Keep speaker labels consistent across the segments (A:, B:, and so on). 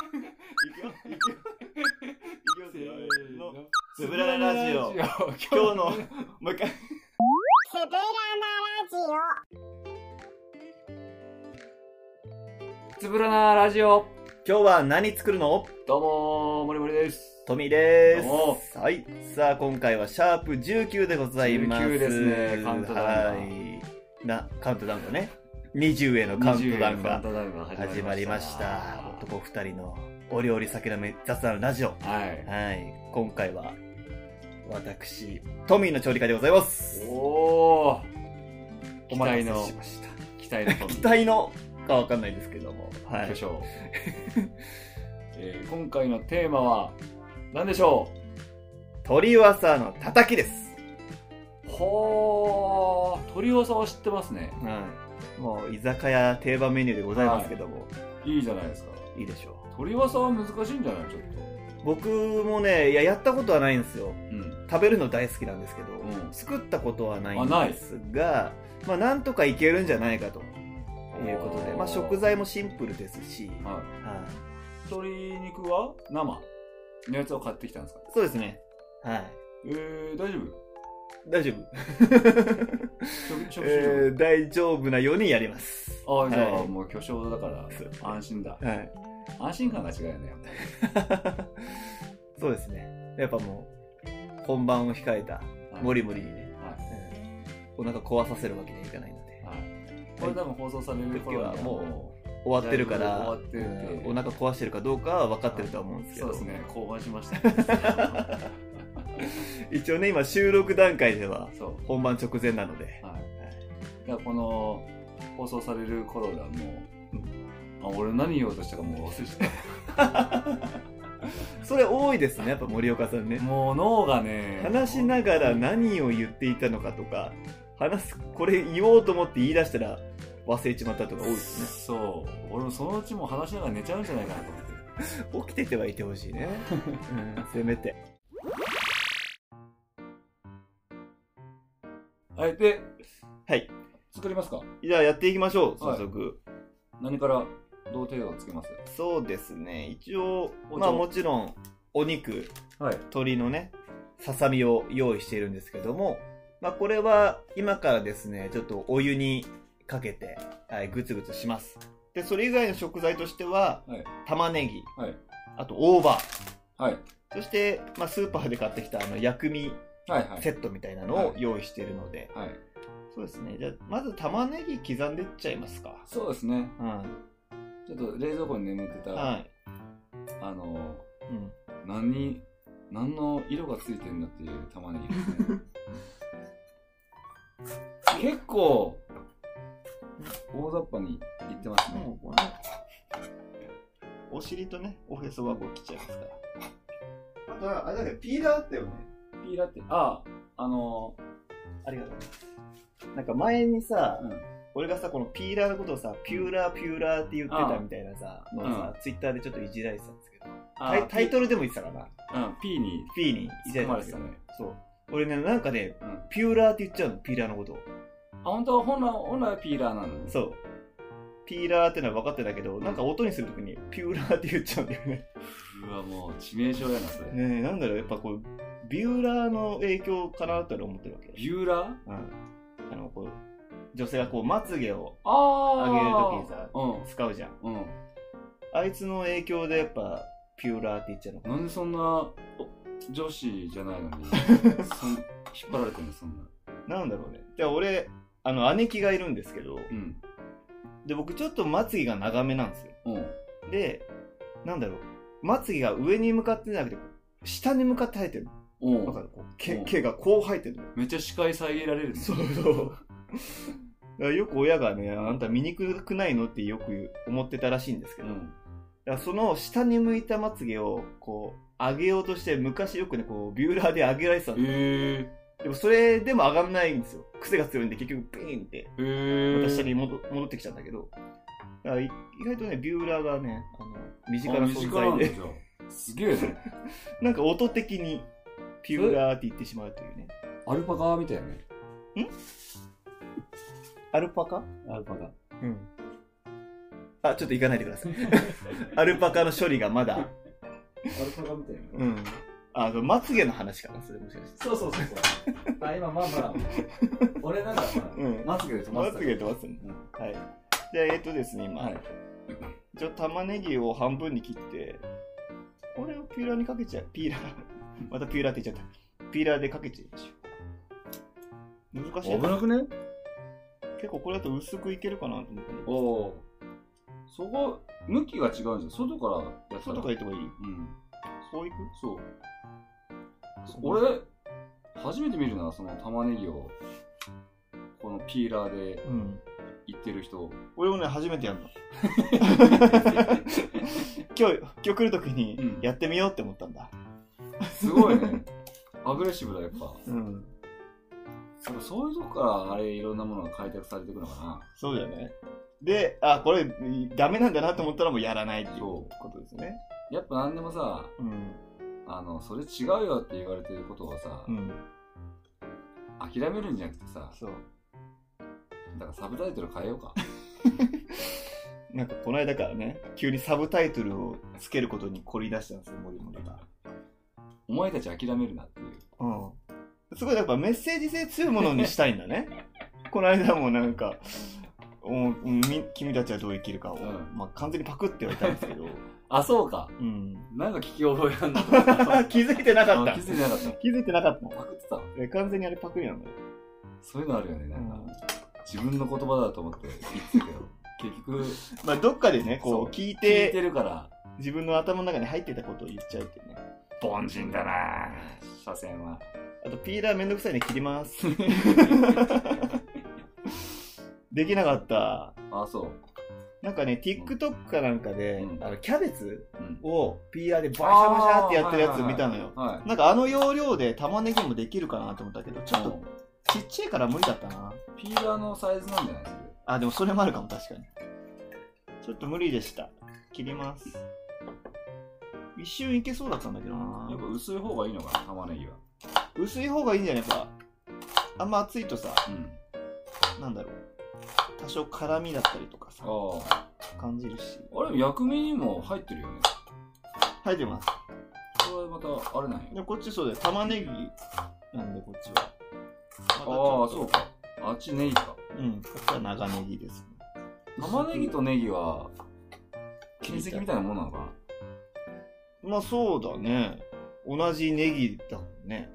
A: いくよいくよいきますよせーのつぶ
B: ぶ
A: ら
B: ら
A: な
B: な
A: ラ
B: ラ
A: ジ
B: ジ
A: オ
B: オ
A: 今日のもう一回
C: セベラなラジオ
B: つぶらなラジオ
A: 今日は何作るの
B: どうもーもりもりです
A: トミーで
B: どうも
A: すはいさあ今回はシャープ19でございます
B: 19ですねカウントダウンが
A: はいなカウントダウンがね20へのカウントダウン
B: カウン
A: が
B: トダウンが
A: 始まりました男二人のお料理酒飲み雑談ラジオ
B: はい
A: はい今回は私トミーの調理家でございます
B: おー
A: お
B: 期
A: 待
B: 待
A: たせ
B: の
A: しました
B: 期待のト ミ
A: 期
B: ー
A: 待のかわかんないですけども、は
B: 巨
A: い、
B: 匠 えー今回のテーマは何でしょ
A: 鳥わさのたたきです、
B: うほー鳥尾さんは知ってますね
A: はい、もう居酒屋定番メニューでございますけども、
B: いいじゃないですか
A: い、いでしょ
B: 鳥尾さんは難しいんじゃないちょ
A: う
B: っと
A: 僕もねいややったことはないんですよ
B: うん
A: 食べるの大好きなんですけど、
B: うん
A: 作ったことはないん
B: あない
A: ですがまあなんとかいけるんじゃないかということで、まあ、食材もシンプルですし、
B: はい
A: はい
B: 鶏肉は生のやつを買ってきたんですか
A: そうですねはい
B: えー、大丈夫
A: 大丈夫
B: 食食事、
A: えー大丈夫なようにやります
B: ああじゃあ、
A: はい
B: もう巨匠だから
A: そう
B: 安心だ
A: はい
B: 安心感が違うよねやっぱり
A: そうですね。やっぱもう、本番を控えた、
B: はい
A: もりもりにね、
B: は
A: うんお腹壊させるわけにはいかないので
B: い、、はい、これ多分放送される頃にはも
A: 終わってるから、
B: だいぶ終わってるって
A: うんお腹壊してるかどうかは分かってるとは思うんです
B: う
A: け
B: そ
A: ど、
B: うですね降板しました ね
A: 一応ね、今収録段階では、
B: そ
A: 本番直前なので
B: う、はいじゃあこの放送される頃はもう、あ俺何言おうとしたかもう忘れ ちゃっ
A: それ多いですね、やっぱ森岡さん
B: た
A: ね。
B: もう脳がね
A: 話しながら何を言っていたのかとか、話す、これ言おうと思って言い出したら、忘れちまったとか多いですね。
B: そう俺もそのうちもう話しながら寝ちゃうんじゃないかなと思って
A: 起きててはいてほしいね、うん、せめて。
B: はいで
A: はい。
B: 作りますか
A: じゃあやっていきましょう、早
B: はい
A: 速。
B: 何からどう手をつけます
A: そうですね一応ま
B: お
A: あ
B: じゃあ
A: もちろんお肉
B: はい
A: 鶏のねささみを用意しているんですけども、まあ、これは今からですねちょっとお湯にかけて、はい、グツグツしますでそれ以外の食材としては、
B: はい
A: 玉ねぎ、
B: はい
A: あと大葉
B: はい
A: そして、まあ、スーパーで買ってきたあの薬味
B: はいはい
A: セットみたいなのを
B: はい
A: 用意しているので、
B: はい
A: そうですねじゃあまず玉ねぎ刻んでっちゃいますか
B: そうですね
A: うん
B: ちょっと冷蔵庫に眠ってた、
A: はい、
B: あの
A: うん、
B: 何何の色がついてんだっていう玉ねぎですね 結構大雑把にいってますね、
A: もうこれお尻とね、おへそはこう来ちゃいますから。あとは、あれだけどピーラーあったよね。
B: ピーラってあああの
A: ありがとうございます。なんか前にさ、
B: うん
A: 俺がさ、このピーラーのことをさ、ピューラーピューラーって言ってたみたいなさ、のをさ、ツイッターでちょっといじられてたんですけど、
B: あ
A: タイタイ
B: ル
A: トルでも言ってたかな。
B: うん P に
A: ピーにいじら
B: 含
A: れてた
B: ま
A: んで
B: れ
A: す
B: て
A: け
B: た
A: ど、
B: ね
A: そう。俺ね、なんかね、
B: うん
A: ピューラーって言っちゃうの、ピーラーのことを。
B: あ本当は本来本来はピーラーなんです
A: そう。ピーラーってのは分かってたけど、なんか音にするときにピューラーって言っちゃうんだよね。
B: うわもう致命傷やなそれ、
A: ねえ、なんだろう、やっぱこう、ビューラーの影響かなとは思ってるわけ。
B: ビューラー
A: うん。あの、こう、女性がこう、まつげを
B: ああ
A: 上げるときにさ、
B: うん
A: 使うじゃん。
B: うん、
A: あいつの影響でやっぱ、ピューラーって言っちゃうのかな。
B: なんでそんなお女子じゃないのにそん引っ張られてんのそんな
A: なんだろうね。じゃあ俺、あの、姉貴がいるんですけど、
B: うん
A: で、僕ちょっとまつげが長めなんですよ。
B: うん
A: で、なんだろう、まつげが上に向かってなくて、下に向かって生えてるの。
B: うん
A: わかるこう毛
B: うん
A: 毛がこう生えてるの。
B: めっちゃ視界遮られるね
A: そう そう。だからよく親がね、あんた醜くないのってよく言う思ってたらしいんですけ
B: う
A: ど、
B: ん
A: だからその下に向いたまつげをこう上げようとして昔よくねこうビューラーで上げられてたの
B: へ
A: でもそれでも上がんないんですよ癖が強いんで結局ピーンって
B: えへえ
A: また下に戻戻ってきちゃうんだけどだからい意外とねビューラーがねあの身近な存在で
B: ですげえね
A: なんか音的にピューラーって言ってしまうというね
B: アルパカみたいやね
A: アルパカ
B: アルパカ
A: うんあちょっと行かないでくださいアルパカの処理がまだ
D: ルパカみたいな。
A: うん。あの、まつげの話かな、それもしかして。
D: そうそうそう そう。あ、今、まあまあ、俺なんか、まあ
A: うん。
B: まつげで止ま
A: ま
B: って
A: つ
B: た
A: げってますね。はい。じゃあ、えっとですね、今。
B: はい
A: じゃあ、玉ねぎを半分に切って、これをピーラーにかけちゃう。ピーラ ー。またピーラーって言っちゃった。ピーラーでかけちゃいましょう。難しい
B: 危
A: な。
B: なくね
A: 結構これだと薄くいけるかなと思って。
B: おおそこ向きが違うんですよ外からやったら
A: 外から行った方がいい
B: うん
A: こういく
B: そう俺初めて見るなその玉ねぎをこのピーラーで
A: うん。
B: いってる人
A: 俺もね、初めてやるの。今日、今日来るときに
B: うん
A: やってみようって思ったんだ。
B: すごいねアグレッシブだやっぱ
A: うん。
B: やっぱそういうとこからあれいろんなものが開拓されていくのか
A: そうだよね。で、あ、これ、ダメなんだなと思ったらもうやらないっていうことですね。
B: なやっぱ何でもさ
A: うん。
B: あのそれ違うよって言われてることをさ、
A: うん。
B: 諦めるんじゃなくてさ
A: そう。
B: だからサブタイトル変えようか
A: なんかこの間からね、急にサブタイトルをつけることに凝り出したんですよ、森本が。
B: お前たち諦めるなっていう
A: うん。すごいやっぱメッセージ性強いものにしたいんだ ね。この間もなんか、おうんみ君たちはどう生きるかを、
B: ん
A: まあ完全にパクって言われたんですけど、
B: あそうか
A: うん。
B: なんか聞き覚えあんなと思った
A: 気づいてなかった
B: あ気。づいてなかった
A: 気づいてなかった。
B: パクってた
A: え完全にあれパクリなんだよ。
B: そういうのあるよねなんか、
A: うん
B: 自分の言葉だと思って言 ってたけど結局
A: まあどっかでね、こ
B: そう
A: う聞い
B: 聞い
A: て、
B: てるから
A: 自分の頭の中に入ってたことを言っちゃうっていうね。
B: 凡人だなぁ所詮は
A: あとピーラーめんどくさいね、切り ます。できなかった。
B: あそう
A: なんかね、TikTok かなんかで、
B: うん
A: あのキャベツ
B: うん
A: を PR でバシャバシャってやってるやつ見たのよ。
B: は
A: なんかあの容量で玉ねぎもできるかなと思ったけど、
B: い
A: ち
B: ち
A: ょ
B: ょ
A: っ
B: っ
A: とちっちゃいから無理だったな。
B: ピーラーのサイズなんじゃないですか
A: あ、でもそれもあるかも、確かに。ちょっと無理でした。切ります。一瞬いけそうだったんだけど
B: やっ
A: な。
B: ぱ薄い方がいいのかな玉ねぎは
A: 薄い方がいいんじゃないか。あんま熱いとさ、
B: うん
A: なんだろう。多少辛みだったりとかさ、
B: ああ
A: 感じるし。
B: あれ薬味にも入ってるよね
A: 入ってます。
B: これはまたあれなんや
A: で、こっちそうだよ。玉ねぎなんで、こっちは。
B: ああ
A: またち
B: そ
A: ょ
B: う
A: っと。
B: かあっちネギか
A: うん、こっちは長ネギですね。
B: 玉ねぎとネギは
A: 切りた
B: 金
A: い
B: 石みたいなもんなのかな
A: まあそうだね。同じネギだもんね。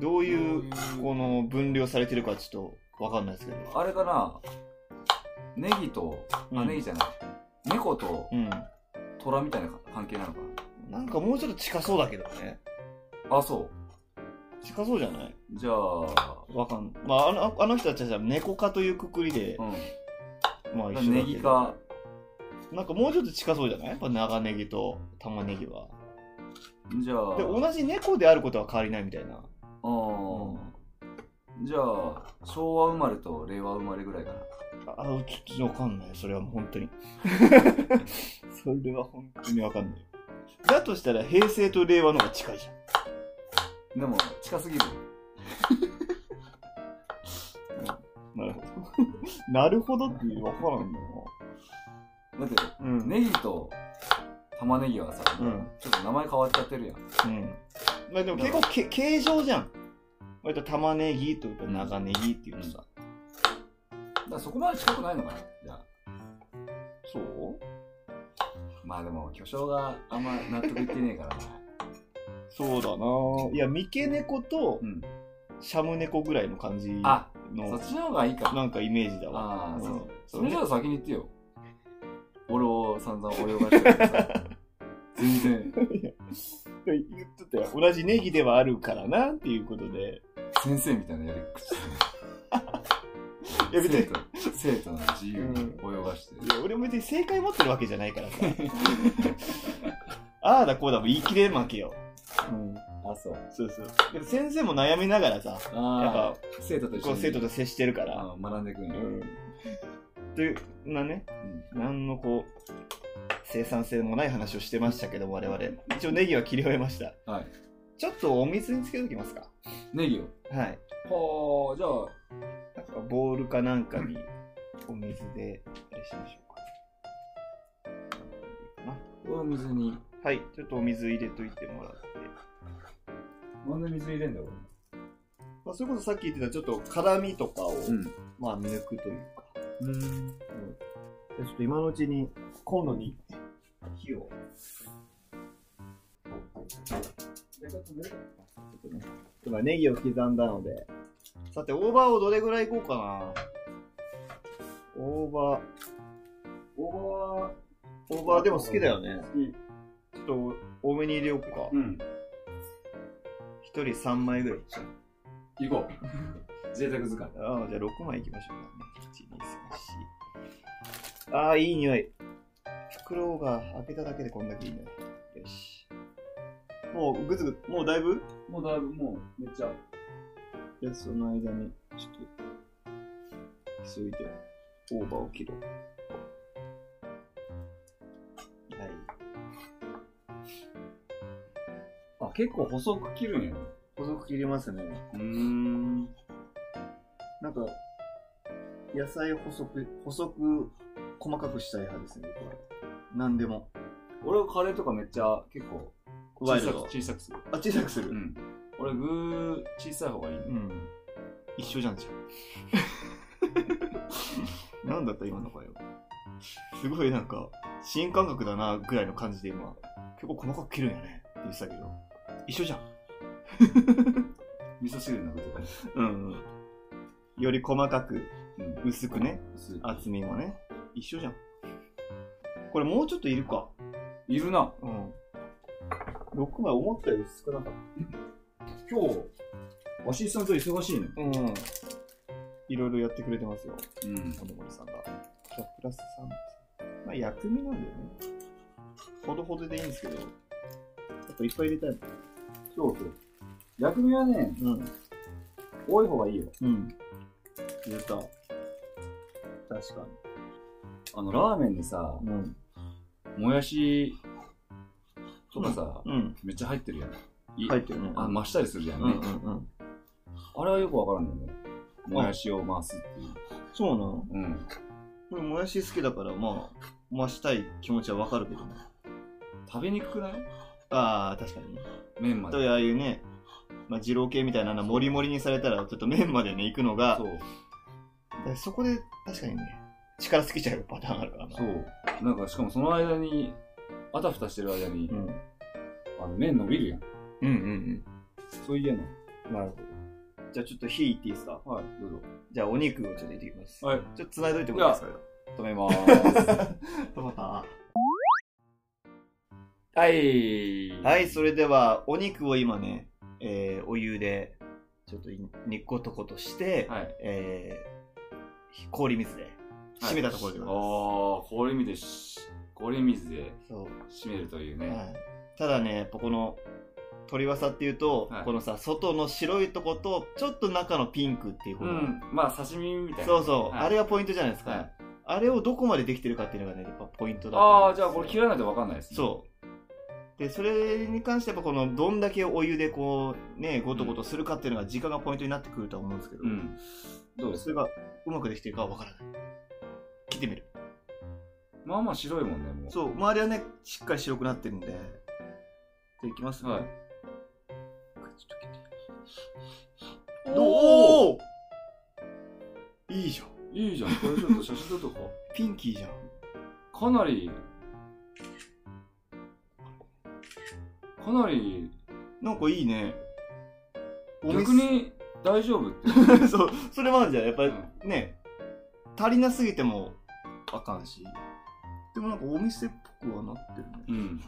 A: どういう、この分量されてるかちょっとわかんないですけど。
B: あれかなネギと
A: うん
B: あネギじゃない猫と
A: うん。
B: 虎みたいな関係なのか
A: なんかもうちょっと近そうだけどね。
B: なあそ
A: 近そうじゃないう
B: じゃあ
A: わかんまああの、あの人たちはさ猫科というくくりで、
B: う
A: まあ一緒だけ
B: ん
A: ど。
B: ネギか
A: なんかもうちょっと近そうじゃないやっぱ長ネギと玉ねぎは。
B: じゃあ
A: で、同じ猫であることは変わりないみたいな。
B: うんじゃあ昭和生まれと令和生まれぐらいかな
A: あ、あちょっとわかんない。それはもう本 当に。それは本当にわかんない。だとしたら平成と令和の方が近いじゃん。
B: でも近すぎる
A: なるほど。なるほどって分からんの
B: だって
A: うん
B: ネギと玉ねぎはさ、
A: うん。
B: ちょっと名前変わっちゃってるやん
A: うん。まあでも結構け形状じゃん。割と玉ねぎとか長ネギっていうのさ。
B: だからそこまで近くないのかなじゃあ
A: そう
B: まあでも巨匠があんま納得いってねえ からな
A: そうだなぁいや、三毛猫と
B: うん
A: シャム猫ぐらいの感じの
B: あ、そっちの方がいいか
A: なんかイメージだわ。
B: ああ、そううんそれじゃあ先に言ってよ俺を散々俺をがしてるからさ 全然
A: 言ってたよ。同じネギではあるからなっていうことで。
B: 先生みたいなやり口
A: いや、別に、い
B: 生徒生徒の自由に泳がして、
A: や俺も別に正解持ってるわけじゃないからさ。 ああだこうだも言い切れ負けよ。うん。
B: あそう
A: そうそう。でも先生も悩みながらさ、やっ
B: あ
A: ぱ
B: あ生徒と一
A: こ
B: 緒
A: う
B: に
A: 生徒と接してるから。
B: あー学んでいくん
A: う
B: や、
A: ん。という、なね、なんのこう、生産性もない話をしてましたけど、我々。一応ネギは切り終えました。
B: はい
A: ちょっとお水につけときますか。
B: ネギを
A: はい。
B: はあじゃあ
A: なんかボウルかなんかにお水で、あれしましょうか。
B: お水に
A: はい、ちょっとお水入れといてもらって。
D: なんで水入れんだよ、
A: まあ、それこそさっき言ってたちょっと辛みとかを、
B: うん。
A: まあ抜くというか。うん。じゃあちょっと今のうちにコンロに火を。今ネギを刻んだので。さて、オーバーをどれぐらいいこうかな。オーバー、
D: 大葉は、
A: オーバーでも好きだよね。
D: 好き。
A: ちょっと多めに入れようか。
B: うん。
A: 一、人3枚ぐらいいっちゃう。
B: 行 こう。贅沢図鑑。
A: ああ、じゃあ6枚いきましょうかね。1、2、3、4。ああ、いい匂い。袋が開けただけでこんだけいい匂い。よし。もうぐずぐ、もうだいぶ
D: もうだいぶもう、めっちゃ。
A: じゃあその間に、ちょっと、急いで、オーバーを切ろう。はい。
B: あ、結構細く切るんや。
A: 細く切りますね。
B: うーん。
A: なんか、野菜を細く、細く、細かくしたい派ですね、僕は。何でも。
B: 俺はカレーとかめっちゃ結構小
A: ワイル
B: さく
A: ド
B: 小さくする。
A: あ、小さくする。
B: うん。俺具小さい方がいいね。
A: うん。一緒じゃんじ ゃん。なんだった今の声は。すごいなんか、新感覚だなぐらいの感じで今、結構細かく切るんやねって言ってたけど。一緒じゃん。
B: 味噌汁の具とかね。
A: うん、より細かく、
B: うん。
A: 薄くね、
B: 薄い
A: 厚みもね。一緒じゃん。これもうちょっといるか。
B: いるな。
A: うん。6枚思ったより少なかっ
B: 今日、アシスタント忙しいね。
A: た。うん。いろいろやってくれてますよ。
B: うん。
A: モノモノさんが。じゃあプラス3。まあ、薬味なんだよね。ほどほどでいいんですけど、やっぱいっぱい入れたい
B: そうそう。薬味はね、
A: もん。うん。
B: 多い方がいいよ。
A: うん。入れた。確か
B: あの、ラーメンにさ、
A: に。うん。
B: もやしとかさ、
A: うん。
B: めっちゃ入ってるやん。い
A: 入ってるね。
B: あ、増したりするじゃん
A: うん
B: ね。
A: うんうん。
B: あれはよくわからんのよね。もやしを回すっていう。
A: そうなの
B: うん。
A: これもやし好きだから、まあ、増したい気持ちはわかるけどね。
B: 食べにくくない
A: ああ、確かにね。
B: 麺ま
A: とい
B: で。
A: うああいうね、まあ、二郎系みたいなのもりもりにされたら、ちょっと麺までね、行くのが
B: そ、う。
A: そそこで確かにね、力尽きちゃうパターンあるからな。
B: そう。なんか、しかもその間に、あたふたしてる間に、
A: うん。
B: あの、麺伸びるやん。
A: うんうん
B: そう言えない。
A: うん。なるほど。じゃあちょっと火いっていいですか
B: はい、どうぞ。
A: じゃあお肉をちょっと入れていきます。
B: はい。
A: ちょっと繋いどいてもらっていいです
B: 止めまー
A: かトマタ
B: す。 はい。
A: はい、それではお肉を今ね、えー、お湯でちょっと煮っことことして、
B: はい。
A: えー、氷水で締めたところでございます。
B: ああ、氷水でし、氷水で
A: そう
B: 締めるというね。
A: はい、ただねやっぱこの鳥わさっていうと、
B: はい
A: このさ外の白いとことちょっと中のピンクっていうこ
B: う
A: の、
B: ん。まあ、刺身みたいな。
A: そうそう、
B: はい
A: あれがポイントじゃないですか、
B: はい。
A: あれをどこまでできてるかっていうのがねやっぱポイントだと
B: あ
A: 思うん
B: あ、
A: で
B: じ
A: す
B: ゃ
A: よ
B: あこれ切らないとわかんないですね。
A: そうでそれに関してはやっぱこのどんだけお湯でこうねゴトゴトするかっていうのが時間がポイントになってくるとは思うんですけど、
B: うん。どうです
A: それがうまくできてるかは分からない切ってみる
B: まあまあ白いもんね、もう。
A: そう周りはねしっかり白くなってるんでじゃあいきますね、
B: はい
A: ちょっと切って
B: おー
A: おいいじゃん。
B: いいじゃん。これちょっと写真撮っとこ
A: ピンキーじゃん。
B: う。かなり、かなり、
A: なんかいいね。お店
B: 逆。に大丈夫って。
A: そう、それもあるじゃん。やっぱ
B: う
A: り
B: ん
A: ね、足りなすぎてもあかんし。でもなんかお店っぽくはなってるね。
B: うん。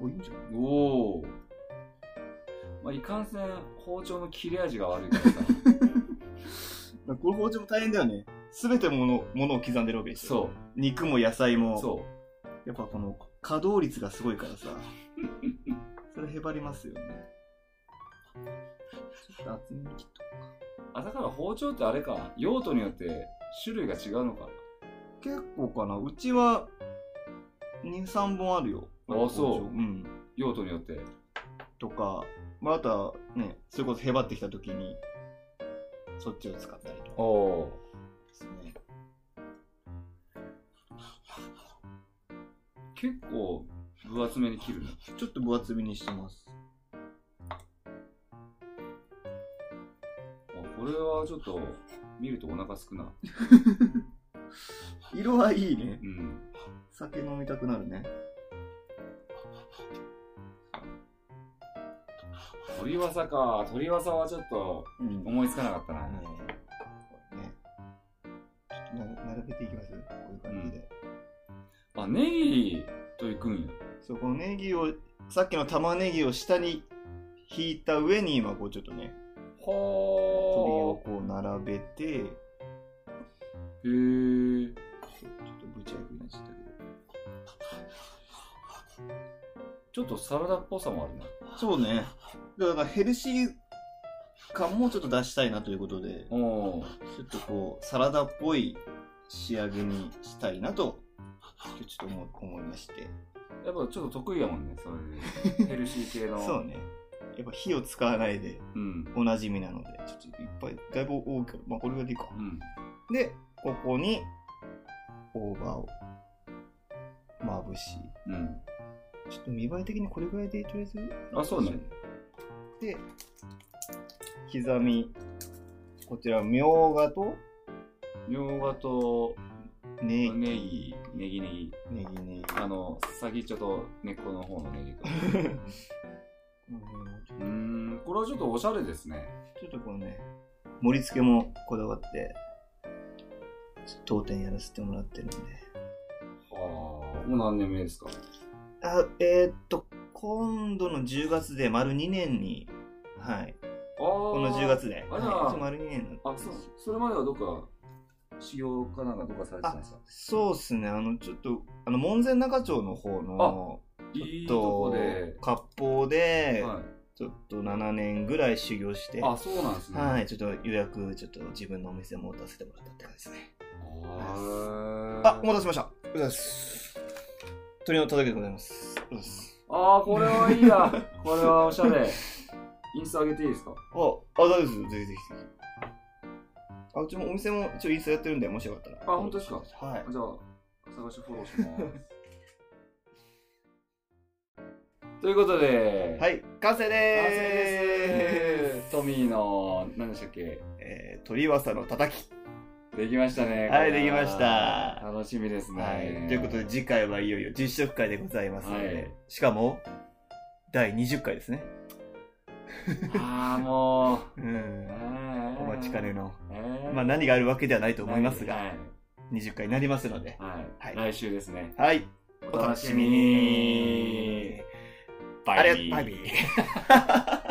A: お、いいんじゃん。
B: おお。まあ、いかんせん、包丁の切れ味が悪いからさ。
A: なんかこの包丁も大変だよね。すべてもの、ものを刻んでるわけでしょ。
B: そ
A: 肉も野菜
B: う。
A: も。
B: そ
A: やっぱこの稼働率がすごいからさ。 それへばりますよね。ちょっと厚めに切っと
B: う。あ、だから包丁ってあれか。用途によって種類が違うのか。
A: 結構かな。うちは、2、3本あるよ。
B: あそう
A: うん。
B: 用途によって。
A: とか、まあ、あとはね、それこそへばってきた時に、そっちを使ったりとか
B: おお。
A: ですね。
B: 結構分厚めに切るね
A: ちょっと分厚みにしてます。
B: あこれはちょっと見るとお腹すくな
A: 色はいいね
B: う。ん
A: 酒飲みたくなるね。
B: 鳥わさか鳥わさはちょっと
A: うん。
B: 思いつかなかったな、
A: ねえねちょっとな並べていきますこういう感じで。
B: あネギといくんや
A: そう、このネギを、さっきの玉ねぎを下に引いた上に今こうちょっとね、鳥を
B: は
A: こう並べて、ちょ
B: あへえ
A: っとブチャイクになっちゃったけど。
B: ちょっとサラダっぽさもあるな
A: そうね。だからヘルシー感もちょっと出したいなということで、
B: おお
A: ちょっとこう、サラダっぽい仕上げにしたいなと、ちょっと思思いまして。
B: やっぱちょっと得意やもんねそう いうヘルシー系の
A: そうね。やっぱ火を使わないで
B: うん
A: おなじみなので、ちょっといっぱい、だいぶ多いから、まあこれぐらいでいいか。
B: うん
A: で、ここに、大葉を、まぶし、
B: うん
A: ちょっと見栄え的にこれぐらいでとりあえず。
B: あそうね。
A: で、刻み、こちら、みょうがと、
B: みょうがと
A: ね
B: ネギネ
A: ぎ、
B: ギネギ
A: ねぎねぎ。
B: あの先っちょと根っこの方のネギと
A: この辺をちょ
B: うーんこれはちょっとおしゃれですね
A: ちょっとこうね、盛り付けもこだわって、ちょっと当店やらせてもらってるんで。
B: はあもう何年目ですか
A: あ、えーっと、今度の10月で丸2年に、はい、
B: あこ
A: この10月で、
B: あ
A: はい、
B: ら
A: ちょ丸2年になって
B: あそうそれまではどっか修行かなんかどっかされてたんですか
A: そうっすね、あの、ちょっと、あの、門前仲町の方の、
B: いいとこ
A: と
B: で、
A: 割烹で、
B: は
A: ちょっと7年ぐらい修行して、
B: い、あそうなんですね
A: はい、ちょっと予約、ちょっと自分のお店持たせてもらったって感じですね。
B: あ
A: あ、お待たせしました。おはようございます。鳥のたたきでございます。おはようございます
B: あーこれはいいやこれはおしゃれインスタ上げていいですか
A: あ、あ、大丈夫です。ぜひぜひぜひ。あ、うちもお店も一応インスタやってるんで、もしよかったら。
B: あ本当ですか
A: はい。
B: じゃあ探してフォローし ますということで、
A: はい、完成
B: 完成
A: でーす
B: ですトミーの何でしたっけ
A: えー、鳥わさのたたき、
B: できましたね
A: はい
B: これ
A: できました
B: 楽しみですね、
A: はい。ということで、次回はいよいよ実食会でございますので、
B: はい
A: しかも、第20回ですね。
B: ああも
A: う
B: う
A: ん。 お
B: お
A: 待ちかねの。
B: えー
A: まあ、何があるわけではないと思います
B: は
A: が、
B: い
A: 20回になりますので、
B: はい
A: は
B: 来週ですね
A: はい。
B: お楽しみに
A: ありがとうバイビー。